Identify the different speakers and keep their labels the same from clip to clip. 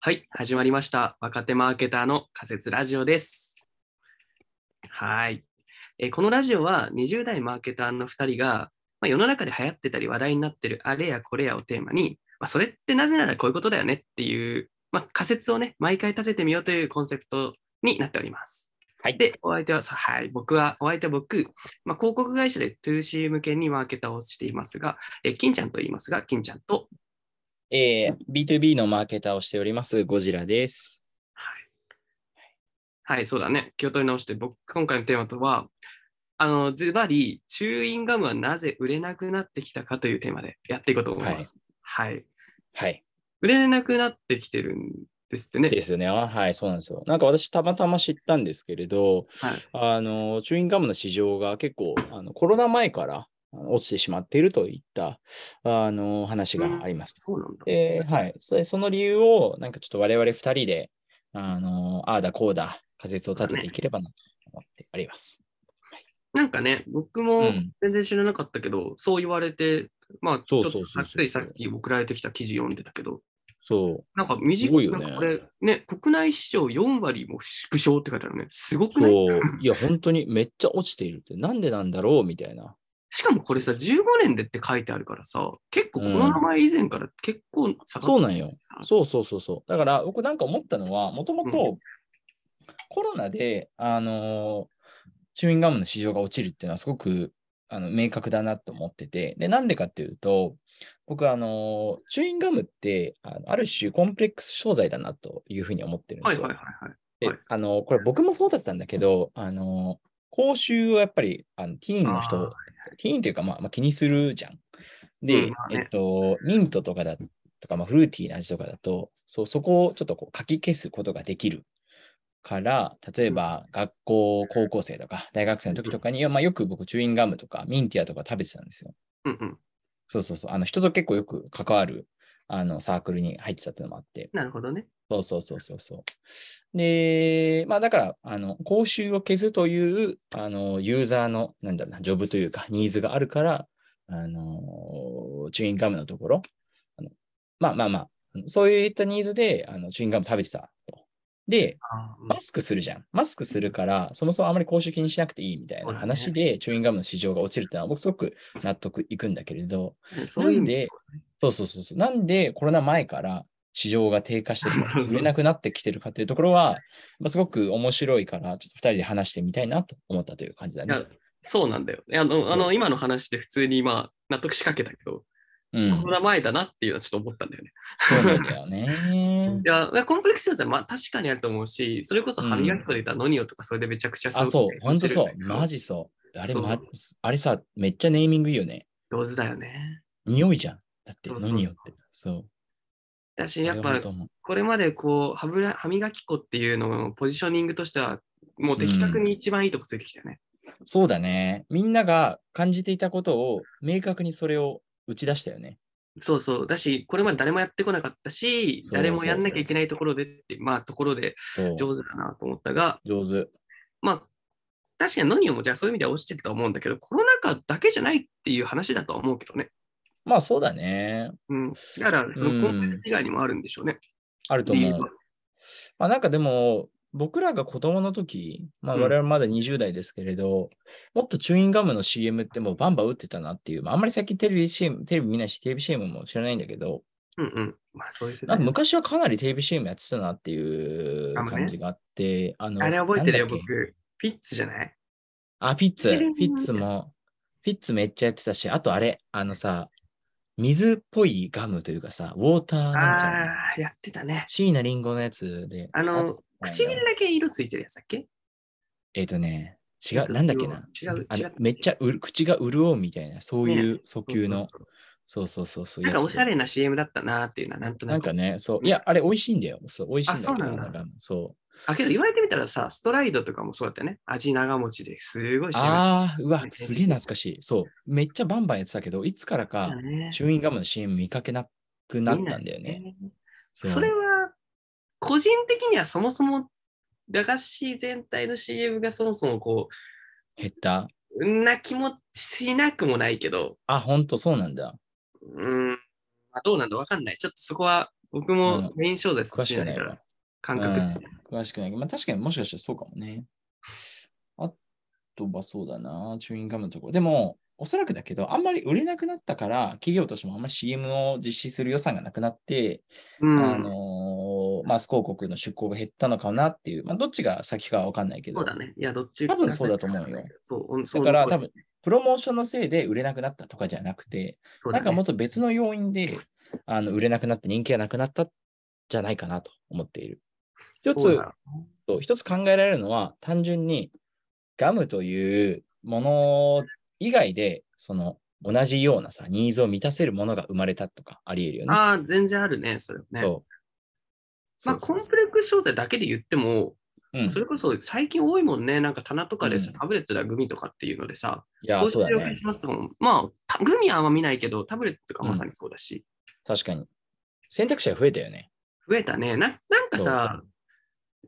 Speaker 1: はい、始まりました。若手マーケターの仮説ラジオです。はい、えーこのラジオは20代マーケターの2人が、まあ、世の中で流行ってたり話題になってるあれやこれやをテーマに、まあ、それってなぜならこういうことだよねっていう、まあ、仮説をね、毎回立ててみようというコンセプトになっております。
Speaker 2: はい
Speaker 1: で、お相手は、さはい、僕は、お相手は僕、まあ、広告会社で 2C 向けにマーケターをしていますが、えー金ちゃんと言いますが、金ちゃんと
Speaker 2: えー、B2B のマーケターをしております、ゴジラです。
Speaker 1: はい。はい、そうだね。気を取り直して、僕、今回のテーマとは、あの、ズバリ、チューインガムはなぜ売れなくなってきたかというテーマでやっていこうと思います。はい。
Speaker 2: はい。
Speaker 1: 売れなくなってきてるんですってね。
Speaker 2: ですよね。あはい、そうなんですよ。なんか私、たまたま知ったんですけれど、
Speaker 1: はい
Speaker 2: あの、チューインガムの市場が結構、あのコロナ前からあの落ちてしまっているといった、あの、話があります。
Speaker 1: そうなんだ。
Speaker 2: で、はい。それその理由を、なんかちょっと我々二人で、あの、ああだこうだ、仮説を立てていければなと思っております。
Speaker 1: なんかね、僕
Speaker 2: う
Speaker 1: も
Speaker 2: ん。
Speaker 1: 全然知らなかったけど、そう言われて、まあ、ち
Speaker 2: そ
Speaker 1: ょ
Speaker 2: う
Speaker 1: っと
Speaker 2: そう
Speaker 1: さ
Speaker 2: そうそう
Speaker 1: っくりさっき送られてきた記事読んでたけど、
Speaker 2: そう。
Speaker 1: なんか短
Speaker 2: すごいよ
Speaker 1: な
Speaker 2: ね
Speaker 1: んかこれ、ね、国内市場4割も縮小って書いてあるね。すごくない
Speaker 2: そう。いや、本当にめっちゃ落ちているって、なんでなんだろうみたいな。
Speaker 1: しかもこれさ、15年でって書いてあるからさ、結構この名前以前から結構下が
Speaker 2: そう
Speaker 1: って
Speaker 2: なんよ。そうそうそうそう。だから僕なんか思ったのは、もとも
Speaker 1: う
Speaker 2: とコロナで、あのーチューインガムの市場が落ちるっていうのはすごくあの明確だなと思ってて、で、なんでかっていうと、僕、あのーチューインガムってあのある種コンプレックス商材だなというふうに思ってるんで
Speaker 1: はい
Speaker 2: すよ。
Speaker 1: はいはいはい。
Speaker 2: で
Speaker 1: はい
Speaker 2: あのーこれ僕もそうだったんだけど、あのー口臭をやっぱりあのティーンの
Speaker 1: あー
Speaker 2: 人、ティーンというか、まあ、まあ、気にするじゃん。で、
Speaker 1: うんまあね
Speaker 2: えっと、ミントとかだとか、まあ、フルーティーな味とかだと、そうそこをちょっとこう書き消すことができるから、例えば学校、高校生とか大学生の時とかに、まあ、よく僕、チューインガムとかミンティアとか食べてたんですよ。
Speaker 1: うんうん。
Speaker 2: そうそうそう。あの人と結構よく関わるあのサークルに入ってたっていうのもあって。
Speaker 1: なるほどね。
Speaker 2: そうそうそうそうそう。で、まあだから、あの、口臭を消すという、あの、ユーザーの、なんだろうな、ジョブというか、ニーズがあるから、あの、チューインガムのところ、あのまあまあまあ、そういったニーズで、あの、チューインガム食べてたと。で、
Speaker 1: あー
Speaker 2: マスクするじゃん。マスクするから、そもそもあまり口臭気にしなくていいみたい
Speaker 1: そうだ
Speaker 2: な
Speaker 1: ね
Speaker 2: 話で、チューインガムの市場が落ちるってのは、僕すごく納得いくんだけれど、
Speaker 1: うんねそういう意味
Speaker 2: なんでそうそうそうそう。なんでコロナ前から市場が低下して きて、売れなくなってきてるかというところは、まあすごく面白いから、ちょっと2人で話してみたいなと思ったという感じだ
Speaker 1: い
Speaker 2: ね
Speaker 1: や。そうなんだよ。あのあ
Speaker 2: そ
Speaker 1: の
Speaker 2: う
Speaker 1: 今の話で普通にまあ納得しかけたけど、
Speaker 2: うん、
Speaker 1: コロナ前だなっていうのはちょっと思ったんだよね。
Speaker 2: そうなんだよね
Speaker 1: い。や、コンプレックス商材はまあ確かにあると思うし、それこそ歯磨き粉で言ったらノニオとかそれでめちゃくちゃ
Speaker 2: あ、そう、本当そう。マ
Speaker 1: マジ
Speaker 2: ジそう。あれ、
Speaker 1: そう
Speaker 2: ま、あれさ、めっちゃネーミングいいよね。
Speaker 1: 上手だよね。
Speaker 2: 匂いじゃん。だって、
Speaker 1: そうそうそう
Speaker 2: 何よって。そう。
Speaker 1: だし、やっ
Speaker 2: あれ
Speaker 1: ぱ
Speaker 2: は本当思う
Speaker 1: これまでこう歯ブラ歯磨き粉っていうのをポジショニングとしてはもう的確に一番いいとこついてきたよね。
Speaker 2: そうだね。みんなが感じていたことを、明確にそれを打ち出したよね。
Speaker 1: そうそう。だし、これまで誰もやってこなかったし、
Speaker 2: そうそうそうそう
Speaker 1: 誰もやんなきゃいけないところでって、まあ、ところで
Speaker 2: そう
Speaker 1: 上手だなと思ったが、
Speaker 2: 上手。
Speaker 1: まあ、確かにノニオもじゃあそういう意味では落ちてるとは思うんだけど、コロナ禍だけじゃないっていう話だとは思うけどね。
Speaker 2: まあ、そうだね。
Speaker 1: うん。だから、そのコンテンツ以外にもあるんでしょうね。
Speaker 2: あると
Speaker 1: 理
Speaker 2: 思
Speaker 1: 由
Speaker 2: う
Speaker 1: は。。
Speaker 2: まあなんかでも、僕らが子供の時、まあ
Speaker 1: うん
Speaker 2: 我々まだ20代ですけれど、もっとチューインガムの CM ってもうバンバン打ってたなっていう、まああんまり最近テレビ CM、テレビ見ないし、テレビ CM も知らないんだけど、
Speaker 1: うんうん。まあ、そういう世
Speaker 2: な
Speaker 1: 代
Speaker 2: んか昔はかなりテレビ CM やってたなっていう
Speaker 1: あのね
Speaker 2: 感じがあって、あの、
Speaker 1: あれ覚えてるよ、
Speaker 2: なんだっけ
Speaker 1: 僕。ピッツじゃない
Speaker 2: あ、フィッツ、
Speaker 1: テレビ
Speaker 2: フ
Speaker 1: の
Speaker 2: ィッツも、フィッツめっちゃやってたし、あとあれ、あのさ、水っぽいガムというかさ、ウォーターなんちゃらの、
Speaker 1: ああ、やってたね。
Speaker 2: 椎名林檎のやつで、
Speaker 1: あの、
Speaker 2: あ
Speaker 1: 唇だけ色ついてるやつだっけ
Speaker 2: えっ、とね、違う、なんだっけな。。
Speaker 1: 違う、
Speaker 2: あ
Speaker 1: 違
Speaker 2: の
Speaker 1: う。
Speaker 2: めっちゃうる口が潤うみたいな、そういう訴求の
Speaker 1: そう、そうそう
Speaker 2: そうそうそうそう
Speaker 1: なんかおしゃ
Speaker 2: や
Speaker 1: れな CM だったなっていうのはなんと
Speaker 2: つ
Speaker 1: な
Speaker 2: なん
Speaker 1: く。
Speaker 2: かね、そう、いや、あれ美味しいんだよ。そう、美味しいんだけど
Speaker 1: あそうなんだ
Speaker 2: かそう。
Speaker 1: あ、けど言われてみたらさ、ストライドとかもそうだったよね。味長持ちですごい CM だっ
Speaker 2: ああ、うわ
Speaker 1: ね、
Speaker 2: すげえ懐かしい。そう、めっちゃバンバンやってたけど、いつから
Speaker 1: た
Speaker 2: か、
Speaker 1: ね。
Speaker 2: チューインガムの CM 見かけなくなったんだよね。
Speaker 1: 見ない。
Speaker 2: そう
Speaker 1: それは、個人的にはそもそも、駄菓子全体の CM がそもそもこ
Speaker 2: 減った。
Speaker 1: う、んな気もしなくもないけど、
Speaker 2: あ、ほんとそうなんだ。
Speaker 1: うーん、まあ、どうなんだわかんない。ちょっとそこは僕もメイン商材そ
Speaker 2: 詳
Speaker 1: っ
Speaker 2: し
Speaker 1: ち
Speaker 2: く
Speaker 1: じゃな
Speaker 2: な
Speaker 1: い
Speaker 2: い
Speaker 1: か
Speaker 2: から
Speaker 1: ら、。感覚的に。
Speaker 2: うん詳しくないけど、まあ、確かにもしかしたらそうかもね。あとはそうだな、チューインガムのところ。でも、おそらくだけど、あんまり売れなくなったから、企業としてもあんまり CM を実施する予算がなくなって、
Speaker 1: うん。
Speaker 2: あのーマス広告の出稿が減ったのかなっていう、まあ、どっちが先かは分かんないけ
Speaker 1: そ
Speaker 2: ど
Speaker 1: う、だね。いや、どっち
Speaker 2: 多分そうだと思うよ。
Speaker 1: そう、うん
Speaker 2: だから
Speaker 1: そう
Speaker 2: 多分プロモーションのせいで売れなくなったとかじゃなくて、
Speaker 1: そうだ
Speaker 2: なん
Speaker 1: ね
Speaker 2: かもっと別の要因であの売れなくなって人気がなくなったじゃないかなと思っている。
Speaker 1: そ
Speaker 2: 一
Speaker 1: う
Speaker 2: つ
Speaker 1: だろうな
Speaker 2: と一つ考えられるのは単純にガムというもの以外でその同じようなさニーズを満たせるものが生まれたとかありえるよね。
Speaker 1: ああ、全然あるね、それはね。
Speaker 2: そう
Speaker 1: まあ、
Speaker 2: そ
Speaker 1: コ
Speaker 2: う
Speaker 1: ン
Speaker 2: そう
Speaker 1: プレックス商材だけで言っても、
Speaker 2: そううん
Speaker 1: それこそ最近多いもんね、なんか棚とかでさ、
Speaker 2: うん
Speaker 1: タブレットだグミとかっていうのでさ、
Speaker 2: いや
Speaker 1: こ
Speaker 2: ー、そうだ
Speaker 1: でお願
Speaker 2: ね
Speaker 1: い。しますとかも、まあ、たグミはあんま見ないけど、タブレットとかまさにそうだし、
Speaker 2: 確かに。選択肢が増えたよね。
Speaker 1: 増えたね。ななんかさ、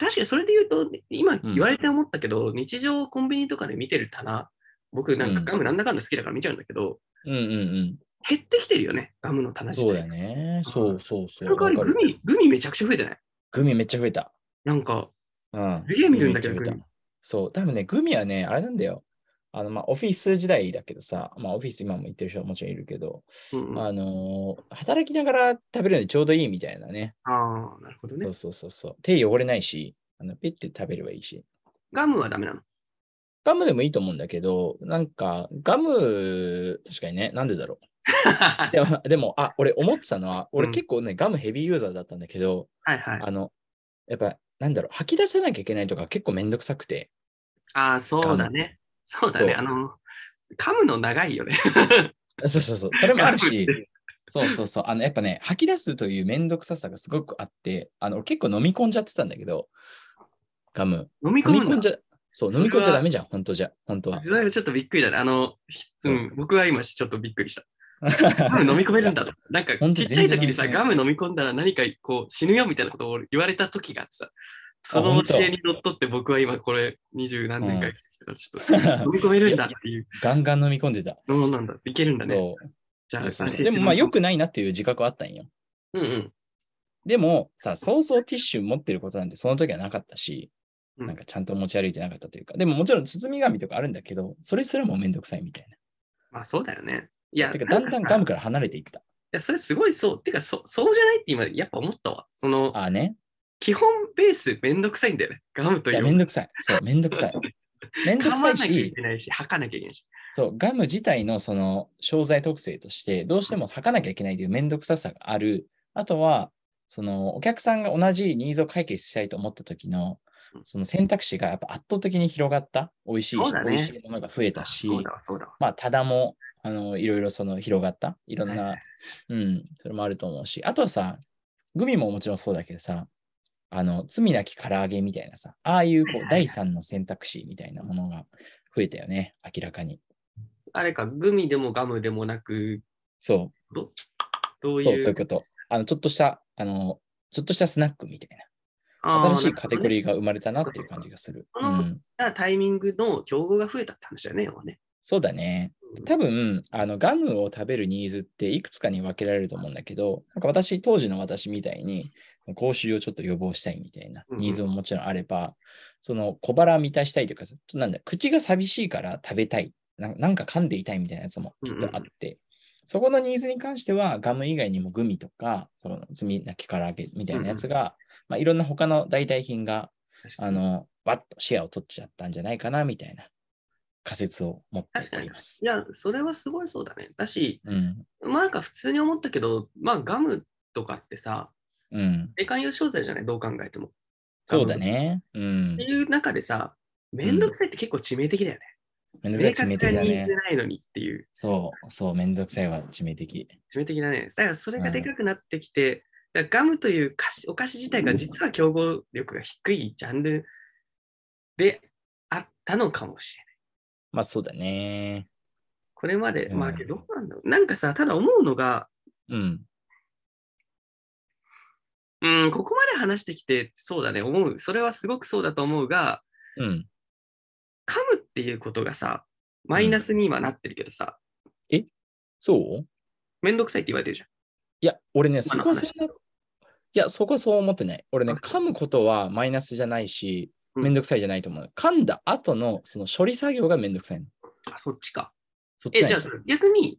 Speaker 1: 確かにそれで言うと、今言われて思ったけど、日常コンビニとかで見てる棚、僕なんかガムなんだかんだ好きだから見ちゃうんだけど、
Speaker 2: うんうん
Speaker 1: 減ってきてるよね、ガムの
Speaker 2: う
Speaker 1: 棚
Speaker 2: ん。
Speaker 1: 自
Speaker 2: そう
Speaker 1: 体。
Speaker 2: だよね。そうそう
Speaker 1: そ
Speaker 2: そう。
Speaker 1: の代わり
Speaker 2: わか
Speaker 1: グ
Speaker 2: る
Speaker 1: ミ、グミめちゃくちゃ増えてない
Speaker 2: グミめっちゃ増えた。
Speaker 1: なんか、
Speaker 2: うん。
Speaker 1: すげえ見るんだけど
Speaker 2: グミめ
Speaker 1: グ
Speaker 2: っちゃ増えたそう。多分ね、グミはね、あれなんだよ。あの、まあ、オフィス時代だけどさ、まあ、オフィス今も行ってる人はもちろんいるけど、
Speaker 1: うんうん、あ
Speaker 2: あのー働きながら食べるのにちょうどいいみたいなね。
Speaker 1: あー、なるほど
Speaker 2: そ
Speaker 1: ね
Speaker 2: う。そうそうそう。手汚れないし、あのペッて食べればいいし。
Speaker 1: ガムはダメな の。
Speaker 2: ガムでもいいと思うんだけど、なんか、ガム、確かにね、なんでだろう。でも、でもあ、俺思ってたのは、俺
Speaker 1: うん
Speaker 2: 結構ね、ガムヘビーユーザーだったんだけど、
Speaker 1: はいはい。
Speaker 2: あの、やっぱ、なんだろう、吐き出さなきゃいけないとか結構めんどくさくて、
Speaker 1: ああ、そうだね。そうだね。あ
Speaker 2: そう
Speaker 1: の、噛むの長いよね。
Speaker 2: そうそうそう、それもあるし
Speaker 1: ガムっ、て
Speaker 2: そうそうそう、あの、やっぱね、吐き出すというめんどくささがすごくあって、あの、俺結構飲み込んじゃってたんだけど、ガム。
Speaker 1: 飲み込
Speaker 2: 飲み
Speaker 1: む
Speaker 2: 込ん
Speaker 1: の
Speaker 2: じゃ、そう、
Speaker 1: そ
Speaker 2: 飲
Speaker 1: れは
Speaker 2: み込んじゃダメじゃん、本当じゃ、本当は。
Speaker 1: それはちょっとびっくりだね。あの、ひう
Speaker 2: そ
Speaker 1: ん、僕は今ちょっとびっくり した。ガム飲み込めるんだと。なんか、
Speaker 2: ほんと
Speaker 1: ちっちゃい時に
Speaker 2: 全然
Speaker 1: さ、
Speaker 2: 飲み込め
Speaker 1: ガム飲み込んだら何かこう死ぬよみたいなことを言われた時があってさ、その教えにのっとって僕は今これ二十何年か生きてきたから、ち ょっと。飲み込めるんだっていう。
Speaker 2: ガンガン飲み込んでた。
Speaker 1: そうなんだ。いけるんだね。
Speaker 2: そう
Speaker 1: じゃあ
Speaker 2: そうそう
Speaker 1: 安心し
Speaker 2: そう
Speaker 1: て
Speaker 2: でもまあよくないなっていう自覚はあったんよ。
Speaker 1: うんうん。
Speaker 2: でもさ、そうそうティッシュ持ってることなんてその時はなかったし、
Speaker 1: うん
Speaker 2: なんかちゃんと持ち歩いてなかったというか、でももちろん包み紙とかあるんだけど、それすらもめんどくさいみたい
Speaker 1: まあそうだよね。い
Speaker 2: な。
Speaker 1: や、
Speaker 2: てかだん
Speaker 1: な
Speaker 2: だんガ
Speaker 1: か
Speaker 2: ムから離れていった。
Speaker 1: いや、それすごいそう。てか、そそうじゃないって今、やっぱ思ったわ。その、
Speaker 2: ああね。
Speaker 1: 基本ベースめんどくさいんだよね。ガムと
Speaker 2: い
Speaker 1: い
Speaker 2: や、
Speaker 1: う。
Speaker 2: めんどくさい。そう、めんど くさい。めんどく
Speaker 1: 噛
Speaker 2: さ
Speaker 1: まないきゃい
Speaker 2: し、
Speaker 1: けないし、吐かなきゃいけないし。
Speaker 2: そう、ガム自体のその商材特性として、どうしても吐かなきゃいけないというめんどくささがある。あとは、そのお客さんが同じニーズを解決したいと思った時の、その選択肢がやっぱ圧倒的に広がった。美味しい
Speaker 1: そ
Speaker 2: し、
Speaker 1: うだね
Speaker 2: 美味しいものが増えたし、
Speaker 1: そうだわ、そうだわ。
Speaker 2: まあ、ただも、あの、いろいろその広がった。いろん
Speaker 1: は
Speaker 2: な、うん、それもあると思うし、あとはさ、グミももちろんそうだけどさ、あの、罪なき唐揚げみたいなさ、ああいうこ
Speaker 1: はいうはいは
Speaker 2: 第三の選択肢みたいなものが増えたよね、明らかに。
Speaker 1: あれか、グミでもガムでもなく、
Speaker 2: そう。
Speaker 1: どどうい。
Speaker 2: そうう、そういうこと。あの、ちょっとした、あの、ちょっとしたスナックみたい
Speaker 1: あ
Speaker 2: な。
Speaker 1: ー
Speaker 2: 新しいカテゴ
Speaker 1: なるほどね
Speaker 2: リーが生まれたなっていう感じがする。
Speaker 1: そううか
Speaker 2: ん。
Speaker 1: だからタイミングの競合が増えたって話だよね、要はね。
Speaker 2: そうだ
Speaker 1: う
Speaker 2: ね。
Speaker 1: ん
Speaker 2: 多分、あの、ガムを食べるニーズっていくつかに分けられると思うんだけど、なんか私、当時の私みたいに、口臭をちょっと予防したいみたいな
Speaker 1: うん
Speaker 2: ニーズももちろんあれば、その小腹満たしたいというか、ちょっとなんだ、口が寂しいから食べたいな、なんか噛んでいたいみたいなやつもきっとあって、そこのニーズに関しては、ガム以外にもグミとか、その積みなき唐揚げみたいなやつが、まあ、いろんな他の代替品が、あの、わっとシェアを取っちゃったんじゃないかなみたいな仮説を持って
Speaker 1: 確
Speaker 2: お
Speaker 1: かに。
Speaker 2: り
Speaker 1: い
Speaker 2: ます。
Speaker 1: や、それはすごいそうだね。だし、
Speaker 2: うん。
Speaker 1: まあなんか普通に思ったけど、まあガムとかってさ、
Speaker 2: うん。
Speaker 1: 霊感用商材じゃない、どう考えても。
Speaker 2: そうだね。うん
Speaker 1: って。いう中でさ、めんどくさいって結構致命的だよね。
Speaker 2: めんどくさ
Speaker 1: 明
Speaker 2: い致
Speaker 1: 確な
Speaker 2: 命的だ
Speaker 1: ニーズ
Speaker 2: ね。
Speaker 1: ないのにっていう、
Speaker 2: そう、そう、めんどくさいは致命的。
Speaker 1: 致命的だね。だからそれ
Speaker 2: う
Speaker 1: が
Speaker 2: ん
Speaker 1: でかくなってきて、だからガムという菓子お菓子自体が実は競合力が低いジャンルであったのかもしれない。
Speaker 2: まあそうだね。
Speaker 1: これまで、
Speaker 2: うん
Speaker 1: まあけどどうなんだろう。なんかさ、ただ思うのが、
Speaker 2: うん。
Speaker 1: うん、ここまで話してきて、そうだね、思う。それはすごくそうだと思うが、
Speaker 2: うん。
Speaker 1: 噛むっていうことがさ、マイナスに今なってるけどさ、
Speaker 2: そう
Speaker 1: めんどくさいって言われてるじゃん。
Speaker 2: いや、俺ね、そ
Speaker 1: 今の
Speaker 2: こはそんな、いや、そこはそう思ってない。俺ね、
Speaker 1: あそ
Speaker 2: 噛むことはマイナスじゃないし、
Speaker 1: うん
Speaker 2: めんどくさいじゃないと思う。噛んだ後のその処理作業がめんどくさいの。
Speaker 1: あ、そっちか。
Speaker 2: そっ
Speaker 1: え、
Speaker 2: ちなん
Speaker 1: じ
Speaker 2: だ
Speaker 1: ゃあ逆に、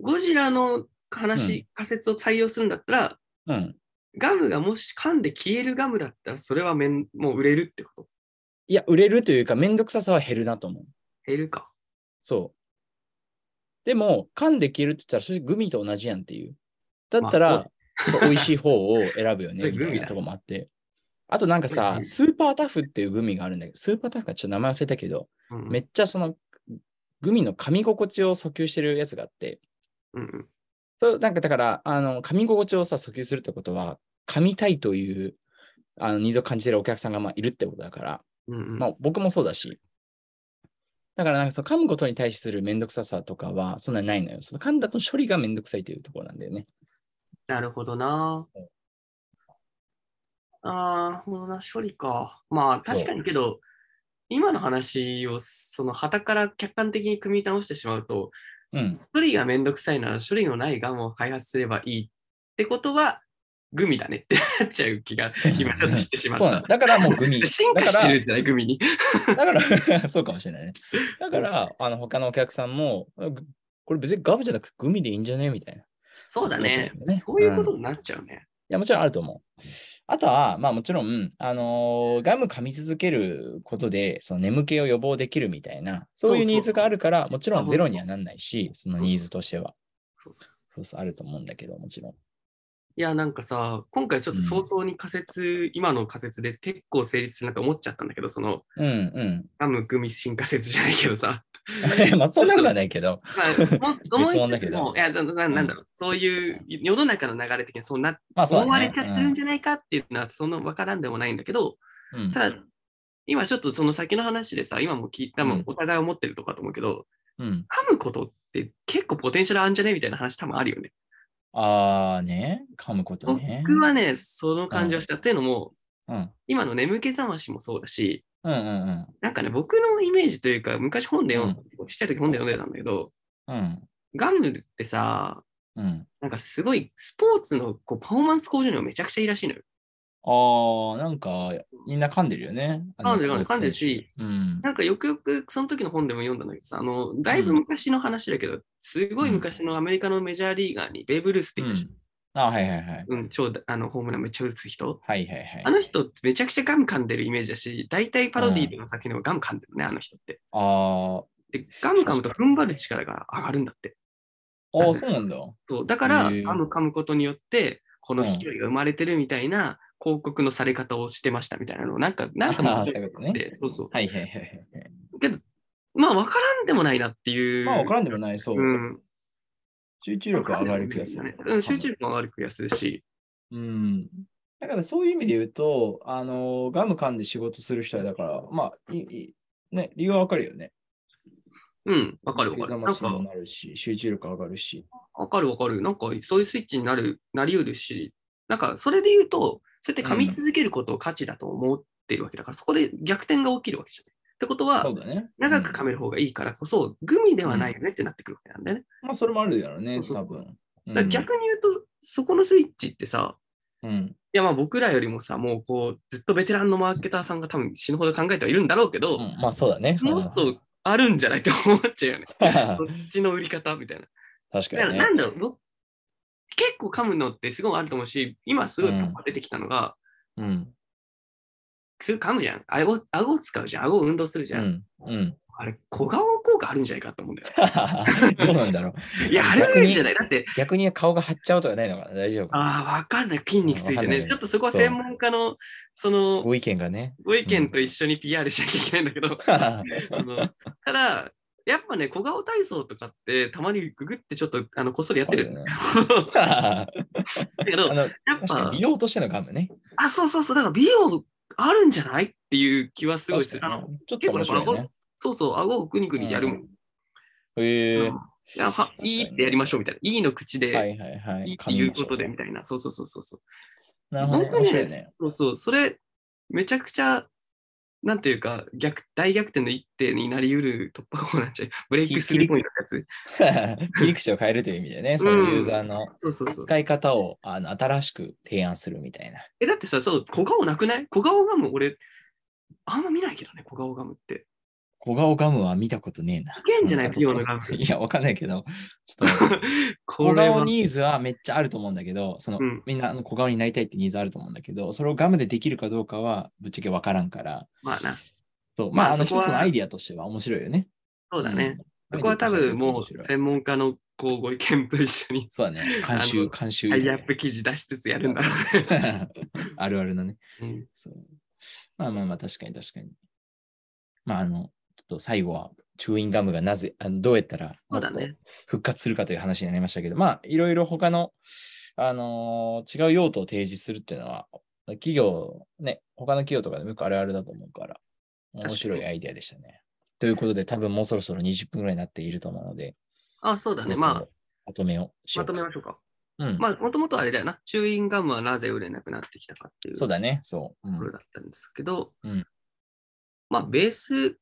Speaker 1: ゴジラの話、仮説を採用するんだったら、
Speaker 2: うん。
Speaker 1: ガムがもし噛んで消えるガムだったら、それはめんもう売れるってこと
Speaker 2: いや、売れるというか、めんどくささは減るなと思う。
Speaker 1: 減るか。
Speaker 2: そう。でも、噛んで消えるって言ったら、それグミと同じやんっていう。だったら、
Speaker 1: まあ
Speaker 2: そう美味しい方を選ぶよ
Speaker 1: それ
Speaker 2: ね、み
Speaker 1: グ
Speaker 2: た
Speaker 1: ミだ
Speaker 2: いなとこもあって。あとなんか
Speaker 1: う
Speaker 2: さ、
Speaker 1: ん
Speaker 2: スーパータフっていうグミがあるんだけど、スーパータフかちょっと名前忘れたけど、
Speaker 1: うん
Speaker 2: めっちゃそのグミの噛み心地を訴求してるやつがあって、
Speaker 1: うんうん
Speaker 2: そうなんかだから、あの噛み心地をさ、訴求するってことは、噛みたいというあのニーズを感じてるお客さんがまあいるってことだから、
Speaker 1: うんうん
Speaker 2: まあ、僕もそうだし。だからなんかその噛むことに対するめんどくささとかはそんなにないのよ。その噛んだと処理がめんどくさいというところなんだよね。
Speaker 1: なるほどな。ああ、ほんな処理か。まあ
Speaker 2: そう
Speaker 1: 確かにけど、今の話をその旗から客観的に組み直してしまうと、
Speaker 2: うん。
Speaker 1: 処理がめんどくさいなら処理のないガムを開発すればいいってことは、グミだねってなっちゃう気が
Speaker 2: そうだね
Speaker 1: 今ちょっとしてしまっ
Speaker 2: そうな
Speaker 1: た
Speaker 2: の。。だからもうグミ。
Speaker 1: 進化してるんじゃないグミに。
Speaker 2: だから、だから そうかもしれないね。だから、あの他のお客さんも、ぐこれ別にガムじゃなくてグミでいいんじゃねみたいな。い
Speaker 1: そうだね
Speaker 2: そうだね。
Speaker 1: そういうことになっちゃうね。
Speaker 2: や、もちろんあると思う。あとは、まあもちろん、あのーガム噛み続けることで、その眠気を予防できるみたいな、そういうニーズがあるから、もちろんゼロにはなんないし、そのニーズとしては。
Speaker 1: そうそう
Speaker 2: そうそう、あると思うんだけど、もちろん。
Speaker 1: いや、なんかさ、今回ちょっと早々に仮説、今の仮説で結構成立するなと思っちゃったんだけど、その、
Speaker 2: うん
Speaker 1: ガム、グミ、新仮説じゃないけどさ。
Speaker 2: うん。 まあ、そんなことはないけど。
Speaker 1: まあ、思
Speaker 2: 別物
Speaker 1: い
Speaker 2: だ
Speaker 1: つ
Speaker 2: け
Speaker 1: つ
Speaker 2: ど
Speaker 1: も、いや、なななんだろう、そういう世の中の流れ的にそうな、
Speaker 2: まあ、そう
Speaker 1: 思わ
Speaker 2: だね
Speaker 1: れちゃってるんじゃないかっていうのは、その分からんでもないんだけど、
Speaker 2: うんうん
Speaker 1: ただ、今ちょっとその先の話でさ、今も聞いたも
Speaker 2: うん
Speaker 1: ん、お互い思ってるとかと思うけど、
Speaker 2: うん。
Speaker 1: 噛むことって結構ポテンシャルあるんじゃねみたいな話多分あるよね。
Speaker 2: あーね、噛むことね。
Speaker 1: 僕はね、その感じをしたっていうのも、
Speaker 2: うん。
Speaker 1: 今の眠気覚ましもそうだし、
Speaker 2: うんうん
Speaker 1: なんかね、僕のイメージというか、昔本で読ん、ちっちゃい時本で読んでたんだけど、
Speaker 2: うん。うん。
Speaker 1: ガムってさ、
Speaker 2: うん。
Speaker 1: なんかすごいスポーツのこうパフォーマンス向上にもめちゃくちゃいいらしいのよ。
Speaker 2: あー、なんか、みんな噛んでるよね。あの
Speaker 1: 噛んでる
Speaker 2: スポー
Speaker 1: 噛
Speaker 2: ツ選手
Speaker 1: んでるし。
Speaker 2: うん。
Speaker 1: なんかよくよくその時の本でも読んだんだけどさ、あのだいぶ昔の話だけど、すごい昔のアメリカのメジャーリーガーにベーブ・ルースって
Speaker 2: う
Speaker 1: 言ったじ
Speaker 2: ん。あー、はいはいはい。
Speaker 1: ゃん。うん、超あのホームランめっちゃ打つ人。
Speaker 2: はいはいはい。
Speaker 1: あの人めちゃくちゃガム噛んでるイメージだし、大体パロディーでの作品でもガム噛んでるね、あの人って。
Speaker 2: あ
Speaker 1: で、ガム噛むと踏ん張る力が上がるんだって。
Speaker 2: ー、あー、そうなんだ。
Speaker 1: そうだから、
Speaker 2: へー
Speaker 1: 噛む噛むことによって、この飛距離が生まれてるみたいな広告のされ方をしてましたみたいなのを、なんか、なんか
Speaker 2: あ
Speaker 1: もう
Speaker 2: ーそういうことね
Speaker 1: でそうそう。
Speaker 2: はいはいはいはい。
Speaker 1: けど、まあ、わからんでもないなっていう。
Speaker 2: まあ、わかららんでもない、そうう。
Speaker 1: ん。
Speaker 2: 集中力は上がる気がする。
Speaker 1: うん、集中力も上がる気がするし。
Speaker 2: うん。だからそういう意味で言うと、あの、ガム噛んで仕事する人は、だから、まあ、いいね、理由はわかるよね。
Speaker 1: うん、わかるわか
Speaker 2: 目
Speaker 1: る。
Speaker 2: 覚ま
Speaker 1: なん
Speaker 2: しにも
Speaker 1: か、
Speaker 2: なるし、集中力上がるし。
Speaker 1: わかるわかる。なんか、そういうスイッチになる、なりうるし、なんか、それで言うと、そうやって噛み続けることを価値だと思ってるわけだから、そこで逆転が起きるわけじゃない。ってことは
Speaker 2: そう、だね。
Speaker 1: 長く噛める方がいいからこそ、グミではないよねってなってくるわけなんだよね。
Speaker 2: うんまあ、それもあるだろうね、
Speaker 1: そうそう
Speaker 2: 多分。うん
Speaker 1: だから逆に言うと、そこのスイッチってさ、
Speaker 2: うん。
Speaker 1: いやまあ僕らよりもさ、もうこう、ずっとベテランのマーケターさんが多分死ぬほど考えてはいるんだろうけど、
Speaker 2: うんまあ、そうだね。
Speaker 1: もっ とあるんじゃないって思っちゃうよね。
Speaker 2: うん
Speaker 1: こっちの売り方みたいな。
Speaker 2: 確
Speaker 1: だか
Speaker 2: からに
Speaker 1: な
Speaker 2: ね。
Speaker 1: んだろう、僕結構噛むのってすごいあると思うし、今すごいパパ出てきたのが、
Speaker 2: うん。
Speaker 1: すぐ噛むじゃん。顎顎を使うじゃん。顎を運動するじ
Speaker 2: う
Speaker 1: ゃん。
Speaker 2: ん。うん。
Speaker 1: あれ、小顔効果あるんじゃないかと思うんだよね。
Speaker 2: どうなんだろう。
Speaker 1: いや、あれないんじゃないだって、
Speaker 2: 逆に顔が張っちゃうとかないのかな大丈夫。
Speaker 1: ああ、わかんない。筋肉つい
Speaker 2: わ
Speaker 1: て
Speaker 2: かんな
Speaker 1: ね。
Speaker 2: い
Speaker 1: ちょっとそこは
Speaker 2: そう
Speaker 1: 専門家の、その、
Speaker 2: ご意見がね。
Speaker 1: ご意見と一緒に PR しなきゃいけないんだけ ど、そのただ、やっぱね、小顔体操とかって、たまにググってちょっとあのこっそりやってる。
Speaker 2: ね。 あ
Speaker 1: だけど、やっ
Speaker 2: の確か
Speaker 1: ぱ
Speaker 2: に美、容としてのガムね。
Speaker 1: あ、そうそうそう、だから美容あるんじゃないっていう気はすごいす
Speaker 2: 確
Speaker 1: る。あ
Speaker 2: か
Speaker 1: の
Speaker 2: にねちょっと面白いね。
Speaker 1: そうそう、顎をくにくにやるもん。
Speaker 2: へえ
Speaker 1: あのいやは、いいってやりましょうみたいな。いいの口
Speaker 2: は
Speaker 1: で、
Speaker 2: いはいはい。
Speaker 1: いいっていうこと
Speaker 2: 噛
Speaker 1: で
Speaker 2: みまし
Speaker 1: みた
Speaker 2: ょ
Speaker 1: いな。そうそうそうそうそう。
Speaker 2: う。なるほど、ね。
Speaker 1: 僕
Speaker 2: 面
Speaker 1: ね
Speaker 2: 白いね。
Speaker 1: そうそう、それ、めちゃくちゃ、なんていうか、逆、大逆転の一手になりうる突破口なんちゃう。 ブレイクスリーポイントのやつ。
Speaker 2: 切り口を変えるという意味でね、そのユーザーの
Speaker 1: そうそうそう。
Speaker 2: 使い方をあの新しく提案するみたいな。
Speaker 1: え、だってさ、そう、小顔なくない小顔ガム、俺、あんま見ないけどね、小顔ガムって。
Speaker 2: 小顔ガムは見たことねえな。
Speaker 1: けんじゃない
Speaker 2: うん
Speaker 1: ピオのガム
Speaker 2: いや、わかんないけど、ち ょっと、
Speaker 1: こ
Speaker 2: 小
Speaker 1: れは
Speaker 2: 顔ニーズはめっちゃあると思うんだけど、その、
Speaker 1: うん
Speaker 2: みんなあの小顔になりたいってニーズあると思うんだけど、それをガムでできるかどうかはぶっちゃけわからんから、
Speaker 1: まあな、
Speaker 2: そうまあ、
Speaker 1: まあ
Speaker 2: あの
Speaker 1: そ
Speaker 2: 一
Speaker 1: こは
Speaker 2: つのアイディアとしては面白いよね。
Speaker 1: そうだね。
Speaker 2: う
Speaker 1: そ
Speaker 2: ん。
Speaker 1: こは多分も
Speaker 2: 面白
Speaker 1: う、
Speaker 2: い
Speaker 1: 専門家のこうご意見と一緒に、
Speaker 2: そうだね。監
Speaker 1: あ
Speaker 2: 修、
Speaker 1: の
Speaker 2: 監修。
Speaker 1: タイアップ記事出しつつやるんだろ
Speaker 2: あるあるだね。
Speaker 1: うね。うん
Speaker 2: そう。まあまあまあ、確かに確かに。まあ、あの、ちょっと最後は、チューインガムがなぜ、あのどうやったら
Speaker 1: そう
Speaker 2: もっと
Speaker 1: だね
Speaker 2: 復活するかという話になりましたけど、まあ、いろいろ他の、あのー違う用途を提示するっていうのは、企業、ね、他の企業とかでもよくあるあるだと思うから、面白
Speaker 1: 確
Speaker 2: い
Speaker 1: か
Speaker 2: アイデアでしたね。ということで、多分もうそろそろ20分ぐらいになっていると思うので、
Speaker 1: あ、そうだね。
Speaker 2: そろそろ
Speaker 1: まあ、
Speaker 2: まとめをしよ
Speaker 1: ま
Speaker 2: うか。
Speaker 1: とめましょうか。
Speaker 2: うん、
Speaker 1: まあ、もともとあれだよな、チューインガムはなぜ売れなくなってきたかっていう
Speaker 2: そう
Speaker 1: と
Speaker 2: だね、そう。うん
Speaker 1: ころだったんですけど、
Speaker 2: うん
Speaker 1: まあ、ベース、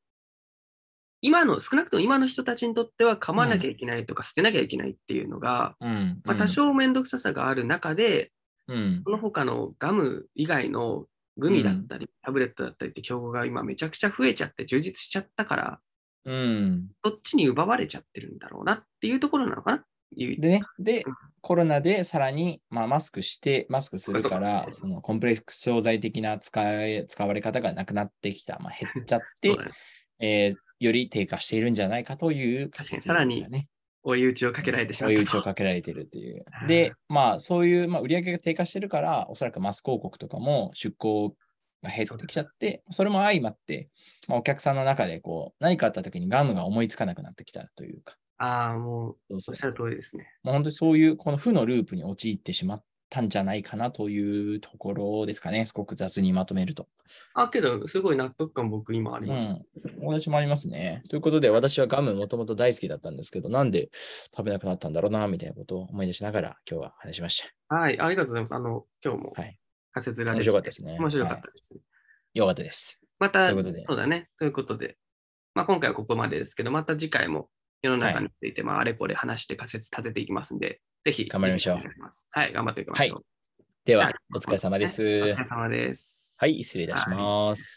Speaker 1: 今の、少なくとも今の人たちにとっては噛まなきゃいけないとか捨てなきゃいけないっていうのが、
Speaker 2: うん。
Speaker 1: まあ、多少面倒くささがある中で、
Speaker 2: うん、
Speaker 1: その他のガム以外のグミだったり、タブレットだったりって競合が今めちゃくちゃ増えちゃって充実しちゃったから、
Speaker 2: うん。
Speaker 1: どっちに奪われちゃってるんだろうなっていうところなのかな、唯一
Speaker 2: でね、で
Speaker 1: うん、
Speaker 2: コロナでさらに、まあ、マスクして、マスクするから、そのコンプレックス商材的な使い使われ方がなくなってきた、まあ、減っちゃっ
Speaker 1: そ
Speaker 2: て
Speaker 1: う、だね
Speaker 2: えーより低下しているんじゃないかという、
Speaker 1: 確かにさらに
Speaker 2: ね、
Speaker 1: 追い打ちをかけられてしまっ
Speaker 2: 追い打
Speaker 1: た
Speaker 2: ちを
Speaker 1: と。
Speaker 2: かけられているという
Speaker 1: う。ん
Speaker 2: で、まあ、そういう、まあ、売り上げが低下してるから、おそらくマス広告とかも出稿が減ってきちゃって、それも相まって、まあ、お客さんの中でこう何かあった時にガムが思いつかなくなってきたというか、
Speaker 1: ああ、もう
Speaker 2: そうそ
Speaker 1: おっ
Speaker 2: う
Speaker 1: しゃる通りですね。
Speaker 2: もう本当にそういうこの負のループに陥ってしまったんじゃないかなというところですかね、すごく雑にまとめると。
Speaker 1: あ、けど、すごい納得感僕今あり
Speaker 2: う
Speaker 1: ました。
Speaker 2: ん、私もありますね。ということで、私はガムもともと大好きだったんですけど、なんで食べなくなったんだろうな、みたいなことを思い出しながら今日は話しました。
Speaker 1: はい、ありがとうございます。あの、今日も
Speaker 2: はい
Speaker 1: 仮説が
Speaker 2: 面
Speaker 1: できて
Speaker 2: 白かったですね。
Speaker 1: 面白かっ
Speaker 2: はい
Speaker 1: たですね。
Speaker 2: よかったです。
Speaker 1: また、
Speaker 2: ということで
Speaker 1: そうだね。ということで、まあ、今回はここまでですけど、また次回も世の中について、まあ、あれこれ話して仮説立てていきますんで、ぜひ、
Speaker 2: 頑張りましょう
Speaker 1: お願います。はい、頑張っていきましょう。
Speaker 2: で
Speaker 1: じ
Speaker 2: は
Speaker 1: ゃ、あ
Speaker 2: お疲れ様で
Speaker 1: お
Speaker 2: す
Speaker 1: 疲。れ様です。
Speaker 2: はい、失礼いたします。